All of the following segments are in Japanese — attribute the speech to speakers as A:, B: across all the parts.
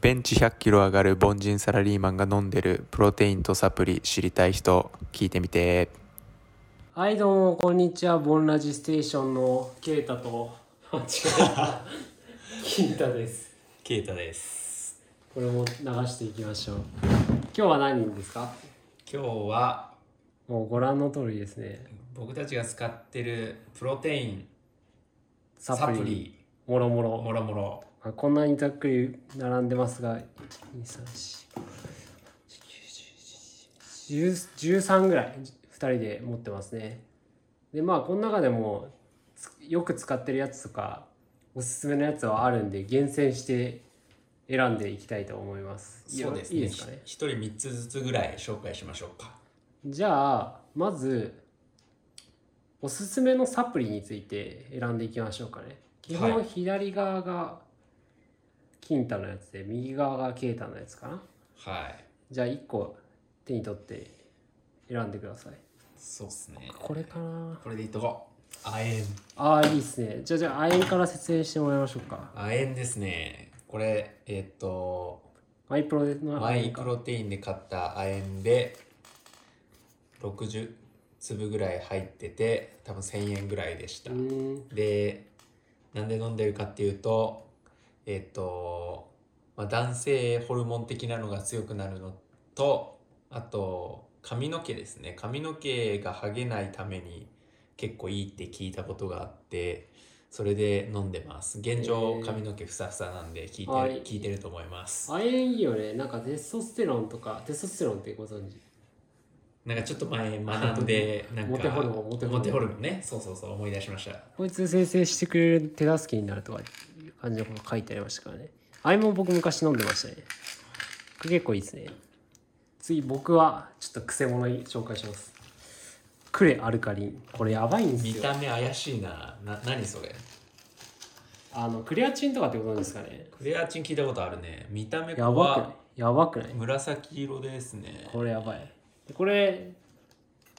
A: ベンチ100キロ上がる凡人サラリーマンが飲んでるプロテインとサプリ知りたい人聞いてみて
B: はいどうもこんにちはボンラジステーションのケイタと あ違うキンタです
C: ケイタです
B: これも流していきましょう今日は何ですか
C: 今日は
B: もうご覧の通りですね
C: 僕たちが使ってるプロテイン
B: サ
C: サ
B: プ
C: プ
B: リ
C: リ
B: もろもろ
C: もろもろ
B: まあこんなにざっくり並んでますが13ぐらい2人で持ってますねでまあこの中でもつよく使ってるやつとかおすすめのやつはあるんで厳選して選んでいきたいと思いますいや
C: そうです
B: い
C: ね
B: いで
C: ひ
B: すかね
C: 一、人三つずつぐらい紹介しましょうか
B: じゃあまずおすすめのサプリについて選んでいきましょうかね基
C: は
B: 本
C: い
B: 左側が金太のやつで右側が啓太のやつかな
C: はい
B: じゃあ1個手に取って選んでください
C: そうですね
B: これかな
C: これでいっとこう亜鉛
B: ああいいっすねじゃあじゃあ亜鉛から説明してもらいましょうか
C: 亜鉛ですねこれえっと
B: マイプロの亜
C: マイ
B: 鉛
C: プ
B: か
C: ロテインで買った亜鉛で60粒ぐらい入ってて多分1000円ぐらいでした、
B: うーん
C: でなんで飲んでるかっていうとえっ、と、まあ、男性ホルモン的なのが強くなるのとあと髪の毛ですね髪の毛が剥げないために結構いいって聞いたことがあってそれで飲んでます現
B: へ
C: 状
B: ー
C: 髪の毛ふさふさなんで聞いてる
B: はい
C: 聞いてると思います
B: 亜鉛いいよねなんかテストステロンとかテストステロンってご存知
C: なんかちょっと前学 んでなんか
B: モテホルモンモ
C: モ
B: テ
C: テ
B: ホルモン
C: ホルモンねそうそうそう思い出しました
B: こいつ生成してくれる手助けになるとかいう感じのこと書いてありましたからね。あれも僕昔飲んでましたね。これ結構いいですね。次僕はちょっとクセモノに紹介します。クレアルカリン。これやばいんで
C: 見
B: すよ。
C: た目怪しいなな何それ
B: あの、クレアチンとかってことですかね。
C: クレアチン聞いたことあるね見た目
B: やばくない
C: は
B: やばくない
C: 紫色ですね
B: これやばい。でこれ、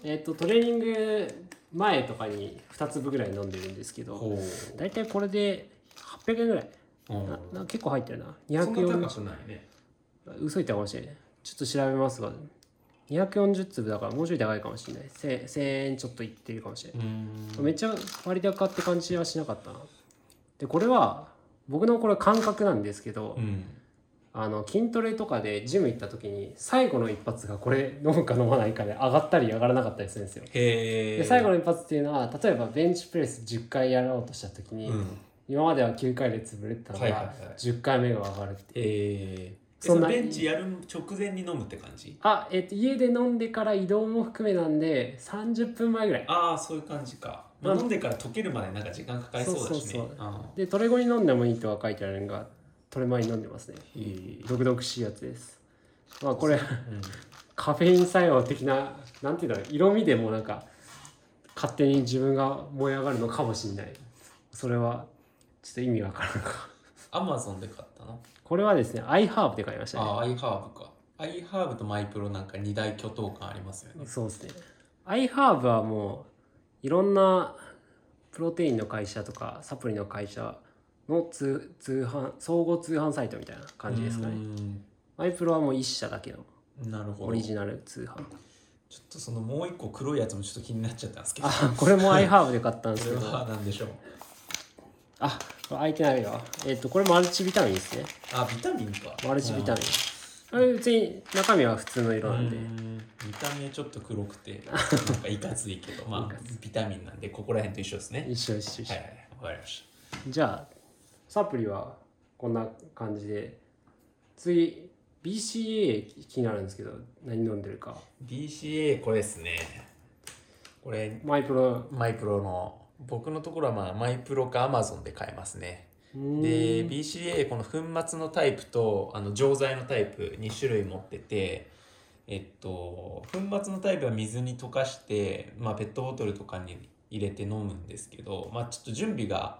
B: えっ、と、トレーニング前とかに2粒ぐらい飲んでるんですけど、
C: ほ
B: だいたいこれで800円ぐらい。
C: う、うん
B: なな結構入ってるな。
C: そん
B: 240
C: な高くないね
B: 嘘言ったかもしれないちょっと調べますが240粒だからもうちょい高いかもしれない 1000, 円ちょっといってるかもしれ
C: う
B: なんい、めっちゃ割高って感じはしなかったなでこれは僕のこれ感覚なんですけど、
C: うん
B: あの筋トレとかでジム行った時に最後の一発がこれ飲むか飲まないかで上がったり上がらなかったりするんですよ
C: へえ
B: で最後の一発っていうのは例えばベンチプレス10回やろうとした時に、
C: うん
B: 今までは9回で潰れてたの
C: はいはいは
B: が
C: い
B: 10回目が上がるっていう
C: へえ
B: そ
C: そ
B: ん
C: ん
B: な
C: なベンチやる直前に飲むって感じ
B: あ、えっと、家で飲んでから移動も含めなんで30分前ぐらい
C: ああそういう感じか、まあ、飲んでから溶けるまでなんか時間かかりそうだし
B: そ
C: ね
B: うそうそう
C: あ
B: でトレ後に飲んでもいいとは書いてあるのがトレ前に飲んでますね
C: ー
B: 毒々しいやつですまあこれ
C: うん
B: カフェイン作用的ななんていうんだろう色味でもなんか勝手に自分が燃え上がるのかもしれないそれはちょっと意味わからんか
C: アマゾンで買ったの
B: これはですね iHerb で買いましたね
C: ああ iHerb か iHerb とマイプロなんか二大巨頭感ありますよね
B: そうですね。iHerb はもういろんなプロテインの会社とかサプリの会社の通通販総合通販サイトみたいな感じですか
C: う
B: ね。
C: ん
B: マイプロはもう一社だけの
C: なるほど
B: オリジナル通販。
C: ちょっとそのもう一個黒いやつもちょっと気になっちゃったんですけど。
B: あ これも iHerb で買ったんです
C: そ
B: け
C: れ
B: ど。
C: は何でしょう
B: あこれ開いてないわ。えっ、とこれマルチビタミンですね。
C: あ、ビタミンか。
B: マルチビタミン
C: ン。。
B: これ別に中身は普通の色
C: う
B: なんで。
C: ん、見た目ちょっと黒く て、なんかいかついけど、まあ、ビタミンなんで、ここら辺と一緒ですね。
B: 一緒一緒一緒。
C: はいはい、わかりまし
B: じゃあサプリはこんな感じで次 BCA 気になるんですけど何飲んでるか
C: た。BCA、これですね。これ、
B: マイプロ
C: マイプロの、僕のところはまあ、マイプロかアマゾンで買えますね。
B: うーん
C: で BCA この粉末のタイプとあの錠剤のタイプ2種類持っててえっと粉末のタイプは水に溶かして、まあ、ペットボトルとかに入れて飲むんですけど、まあ、ちょっと準備が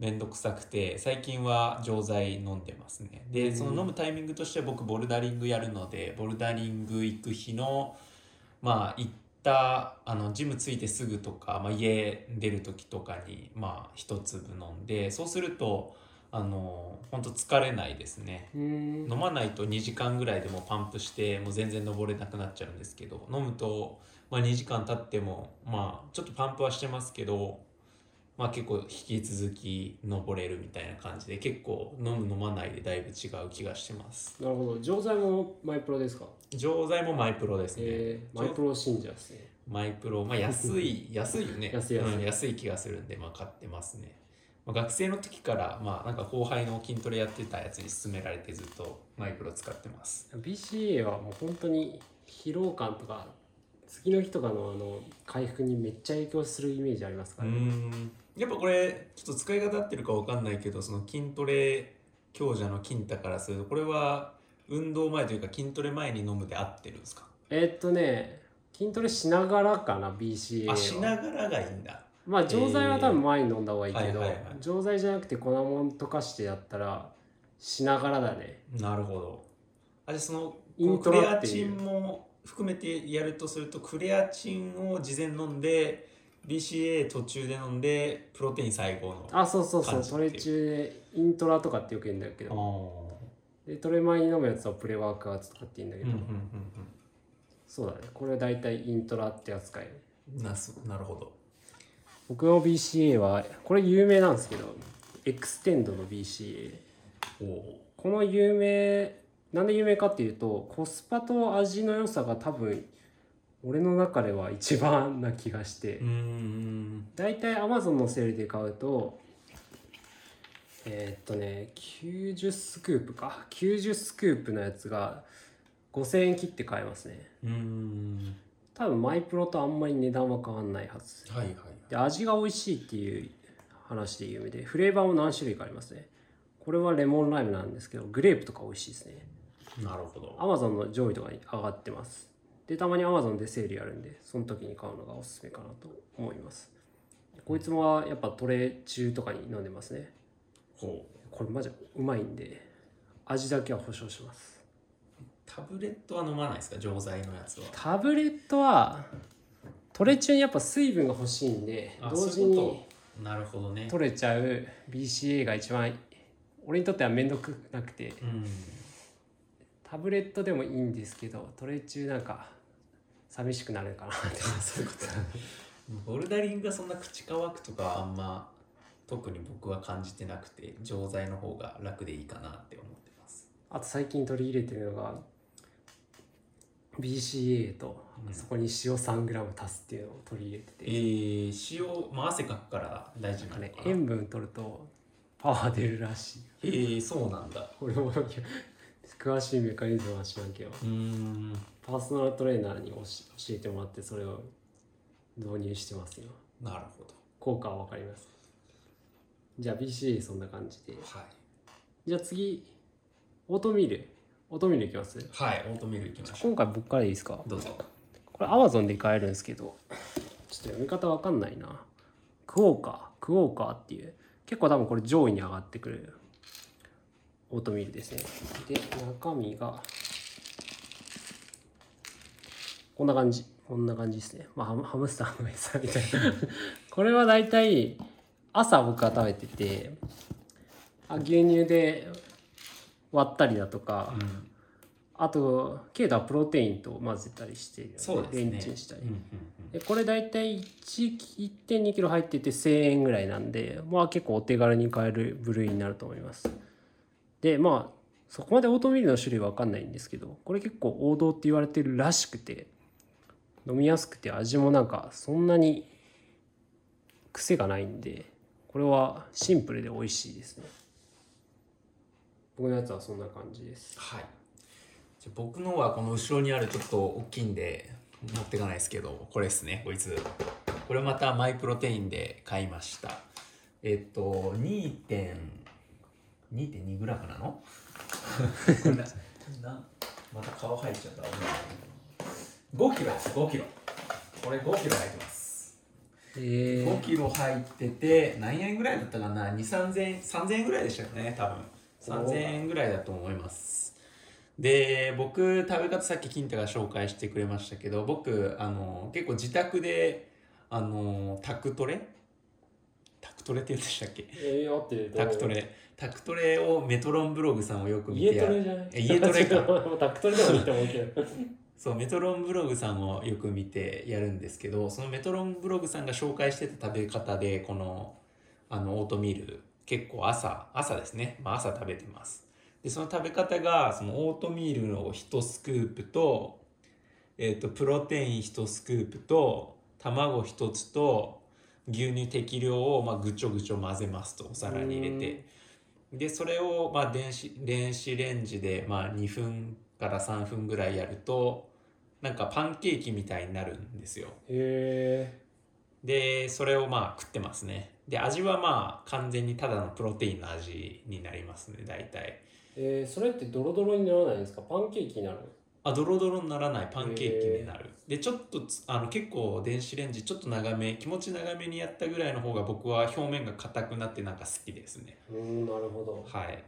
C: めんどくさくて最近は錠剤飲んでますねでその飲むタイミングとして僕ボルダリングやるのでボルダリング行く日のまあ行ったあのジム着いてすぐとか、まあ、家出る時とかにまあ一粒飲んでそうするとあの本当疲れないですね
B: うん
C: 飲まないと2時間ぐらいでもうパンプしてもう全然登れなくなっちゃうんですけど飲むと、まあ、2時間経ってもまあちょっとパンプはしてますけど、まあ、結構引き続き登れるみたいな感じで結構飲む飲まないでだいぶ違う気がしてます
B: なるほど錠剤もマイプロですか
C: 錠剤もマイプロですね、
B: えー、マイプロ信者ですね
C: マイプロ、まあ、安い安いよね
B: 安い安い
C: うん、安い気がするんで、まあ、買ってますね、まあ、学生の時から、まあ、なんか後輩の筋トレやってたやつに勧められてずっとマイプロ使ってます
B: BCA はもう本当に疲労感とか次の日とかのあの回復にめっちゃ影響するイメージあります
C: う
B: からね、
C: んやっぱこれちょっと使い方合ってるかわかんないけどその筋トレ強者の金太からするとこれは運動前というか筋トレ前に飲むで合ってるんですか
B: えーっとね筋トレしながらかな BCA は
C: あしながらがいいんだ
B: まあ錠剤は多分前に飲んだ方がいいけど、
C: はいはいはい
B: 錠剤じゃなくて粉もん溶かしてやったらしながらだね
C: なるほどあれその
B: イント
C: ク
B: ラ
C: レア
B: っていう
C: チンも含めてやるとするとクレアチンを事前飲んで BCA 途中で飲んでプロテイン最後の
B: あそうそうそ
C: 感
B: う
C: じ
B: トレ中でイントラとかってよく言うんだけ
C: あー
B: どでトレ前に飲むやつはプレワークアウトとかって言うんだけ
C: うん
B: ど、
C: うん
B: そうだねこれは大体イントラって扱い
C: うんうんなすなるほど
B: 僕の BCA はこれ有名なんですけどエクステンドの BCA
C: おお
B: この有名なんで有名かっていうとコスパと味の良さが多分俺の中では一番な気がして、
C: うーん
B: だいたい Amazon のセールで買うとえーっとね90スクープか90スクープのやつが5000円切って買えますね
C: うーん
B: 多分マイプロとあんまり値段は変わんないはず
C: はいはい
B: で味が美味しいっていう話で有名でフレーバーも何種類かありますねこれはレモンライムなんですけどグレープとか美味しいですね
C: なるほど
B: Amazon の上位とかに上がってますでたまに Amazon でセールやるんでその時に買うのがおすすめかなと思いますこいつもはやっぱトレ中とかに飲んでますね
C: ほう
B: これマジうまいんで味だけは保証します
C: タブレットは飲まないですか錠剤のやつは
B: タブレットはトレ中にやっぱ水分が欲しいんで
C: あ
B: 同
C: そう
B: 時
C: いう
B: に
C: ことなるほどね
B: 取れちゃう BCA が一番俺にとっては面倒くなくて
C: うん
B: タブレットでもいいんですけどトレ中なんか寂しくなるかなっ て
C: あそういうことだボルダリングがそんな口乾くとかはあんま特に僕は感じてなくて錠剤の方が楽でいいかなって思ってます
B: あと最近取り入れてるのが BCA と
C: うん
B: そこに塩 3g 足すっていうのを取り入れて
C: え
B: て、
C: ー、塩、まあ、汗かくから大事
B: な
C: な
B: か
C: んの
B: ね
C: かな
B: 塩分取るとパワー出るらしい
C: えー、そうなんだ
B: 俺もなんか詳しいメカニズムは知らんけど
C: うーん
B: パーソナルトレーナーに教えてもらってそれを導入してますよ
C: なるほど
B: 効果は分かりますじゃあ BCA そんな感じで
C: はい
B: じゃあ次オートミールオートミールいきます
C: はいオートミールいきましょ
B: 今回僕からいいですか
C: うどうぞ
B: これ Amazon で買えるんですけどちょっと読み方わかんないなクオーカークオーカーっていう結構多分これ上位に上がってくるオートミールですねで中身がこんな感じこんな感じですねまあハムハムスターの餌みたいな これは大体朝僕は食べててあ牛乳で割ったりだとか、
C: うん
B: あと、ケイダはプロテインと混ぜたりして、
C: そうですね
B: レンチンしたり。
C: うんうん
B: でこれ大体1 1.2キロ入ってて1000円ぐらいなんで、まあ結構お手軽に買える部類になると思います。で、まあ、そこまでオートミールの種類はわかんないんですけど、これ結構王道って言われてるらしくて、飲みやすくて味もなんかそんなに癖がないんで、これはシンプルで美味しいですね。僕のやつはそんな感じです。
C: はいじゃあ僕のはこの後ろにあるちょっと大きいんで持ってかないですけどこれですねこいつこれまたマイプロテインで買いましたえっと 2.2.2g なのこれな なまた顔入っちゃった5キロです5キロこれ5キロ入ってます
B: え
C: 5キロ入ってて何円ぐらいだったかな2 3 0 0 0 3 0円ぐらいでしたよね多分3000円ぐらいだと思いますで僕食べ方さっき金太が紹介してくれましたけど僕あの結構自宅であの宅トレタクトレって言うんでしたっけ
B: えー、待って
C: タクトレタクトレをメトロンブログさんをよく見
B: 家
C: て
B: トレじゃない
C: え家トレか
B: もう タクトレでもいいと思うけど
C: そうメトロンブログさんをよく見てやるんですけどそのメトロンブログさんが紹介してた食べ方でこのあのオートミール結構朝朝ですね、まあ、朝食べてますでその食べ方がそのオートミールを1スクープと,、えー、とプロテイン1スクープと卵1つと牛乳適量をまあぐちょぐちょ混ぜますとお皿に入れてでそれをまあ電子電子レンジでまあ2分から3分ぐらいやるとなんかパンケーキみたいになるんですよ
B: へ
C: でそれをまあ食ってますねで味はまあ完全にただのプロテインの味になりますね大体
B: ええー、それってドロドロにならないんですかパンケーキになる
C: あドロドロにならないパンケーキになるでちょっとつあの結構電子レンジちょっと長め気持ち長めにやったぐらいの方が僕は表面が硬くなってなんか好きですね
B: うーんなるほど
C: はい。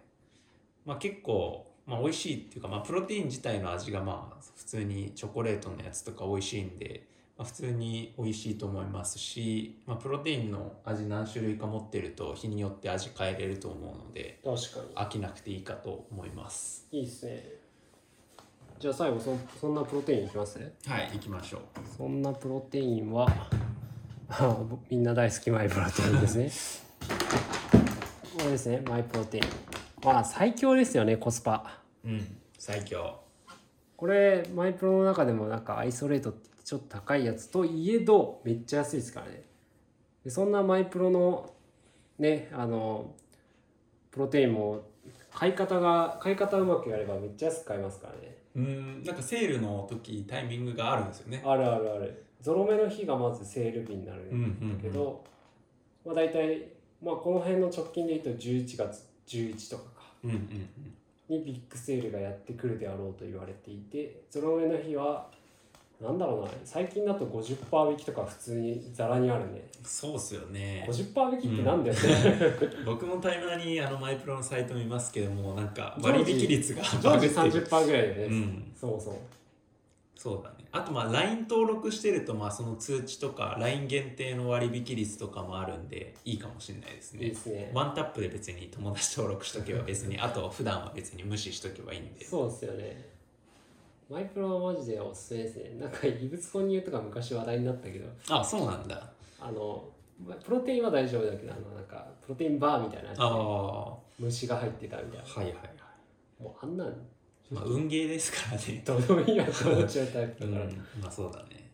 C: まあ結構、まあ美味しいっていうか、まあプロテイン自体の味がまあ普通にチョコレートのやつとか美味しいんで、まあ普通に美味しいと思いますし、まあプロテインの味何種類か持ってると日によって味変えれると思うので、
B: 確か
C: 飽きなくていいかと思います。
B: にいいですねじゃあ最後そそんなプロテインいきます
C: はい、行きましょう。
B: そんなプロテインは みんな大好きマイプロテインです ねこれですねマイプロテインまあ最強ですよねコスパ
C: うん、最強。
B: これマイプロの中でもなんかアイソレートって言ってちょっと高いやつといえどめっちゃ安いですからねでそんなマイプロのねあのプロテインも買い方が買い方うまくやればめっちゃ安く買えますからね
C: うん、なんかセールの時タイミングがあるんですよね。
B: あるあるあるゾロ目の日がまずセール日になる
C: うんうん、
B: けど、まあ大体、まあ、この辺の直近で言うと11月11とかか
C: うんうんうん。
B: にビッグセールがやってくるであろうと言われていてゾロ目の日はなんだろうな最近だと50%引きとか普通にざらにあるね
C: そうっすよね。
B: 50%引きってなんだよね、
C: 僕もタイムラにあのマイプロのサイト見ますけどもなんか
B: 常時
C: 割引率が
B: 常
C: バ
B: 時
C: グってる、
B: 30%ぐらいだよね、
C: うん、
B: そもそも
C: そうだねあとまあ LINE 登録してるとまあその通知とか LINE 限定の割引率とかもあるんでいいかもしれないです
B: いい
C: ね
B: ですね
C: ワンタップで別に友達登録しとけば別 にあと普段は別に無視しとけばいいんで
B: そうですよねマイプロはマジでおすすめですねなんか異物混入とか昔話題になったけど
C: あそうなんだ
B: あのまプロテインは大丈夫だけどあのなんかプロテインバーみたいなやつ
C: ああ
B: で
C: は
B: 虫が入ってたみたい
C: い
B: な
C: はいはい、
B: もうあんなん
C: まあ、運ゲーですからね
B: どうでもいいやと思っちゃうタイプ
C: う
B: だ
C: ん
B: から、
C: まあそうだね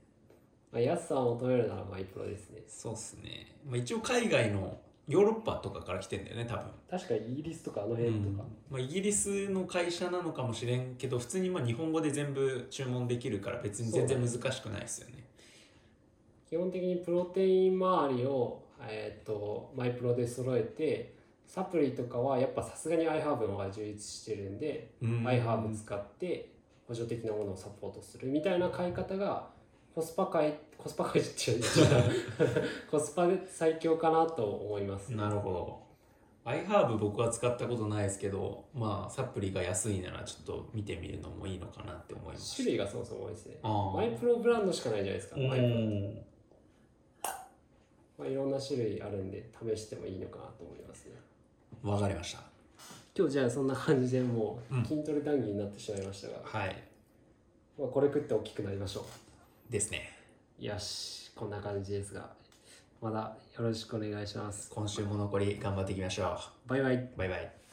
B: まあ、安さを求めるならマイプロですね
C: そうっすね、まあ、一応海外のヨーロッパとかから来てんだよね多分
B: 確かイギリスとかあの
C: う
B: 辺と
C: ん
B: か、
C: まあ、イギリスの会社なのかもしれんけど普通にまあ日本語で全部注文できるから別に全然難しくないですよね
B: 基本的にプロテイン周りを、えー、とマイプロで揃えてサプリとかはやっぱさすがに iHerb の方が充実してるんで、
C: うん
B: iHerb 使って補助的なものをサポートするみたいな買い方がコスパ界コスパ界って言っちゃう コスパで最強かなと思います、
C: なるほど iHerb 僕は使ったことないですけどまあサプリが安いならちょっと見てみるのもいいのかなって思います
B: 種類がそもそも多いですね
C: ああ
B: マイプロブランドしかないじゃないですか、マイプロ
C: うん
B: まあ、いろんな種類あるんで試してもいいのかなと思いますね
C: わかりました
B: 今日じゃあそんな感じでも
C: うん
B: う筋トレ談義になってしまいましたが、
C: はい
B: まあ、これ食って大きくなりましょ
C: ですね
B: うよしこんな感じですがまだよろしくお願いします
C: 今週も残り頑張っていきましょ
B: バイバイ
C: うバイバイ